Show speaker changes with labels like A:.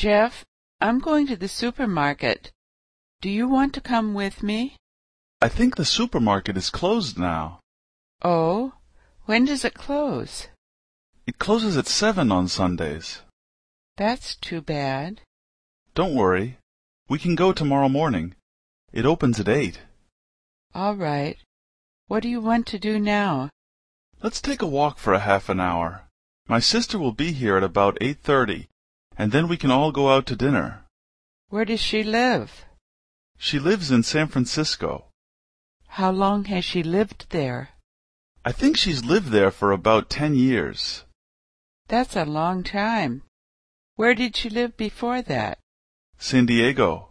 A: Jeff, I'm going to the supermarket. Do you want to come with me?
B: I think the supermarket is closed now.
A: Oh, when does it close?
B: It closes at seven on Sundays.
A: That's too bad.
B: Don't worry. We can go tomorrow morning. It opens at eight.
A: All right. What do you want to do now?
B: Let's take a walk for a half an hour. My sister will be here at about eight thirty, and then we can all go out to dinner.
A: Where does she live?
B: She lives in San Francisco.
A: How long has she lived there?
B: I think she's lived there for about ten years.
A: That's a long time. Where did she live before that?
B: San Diego.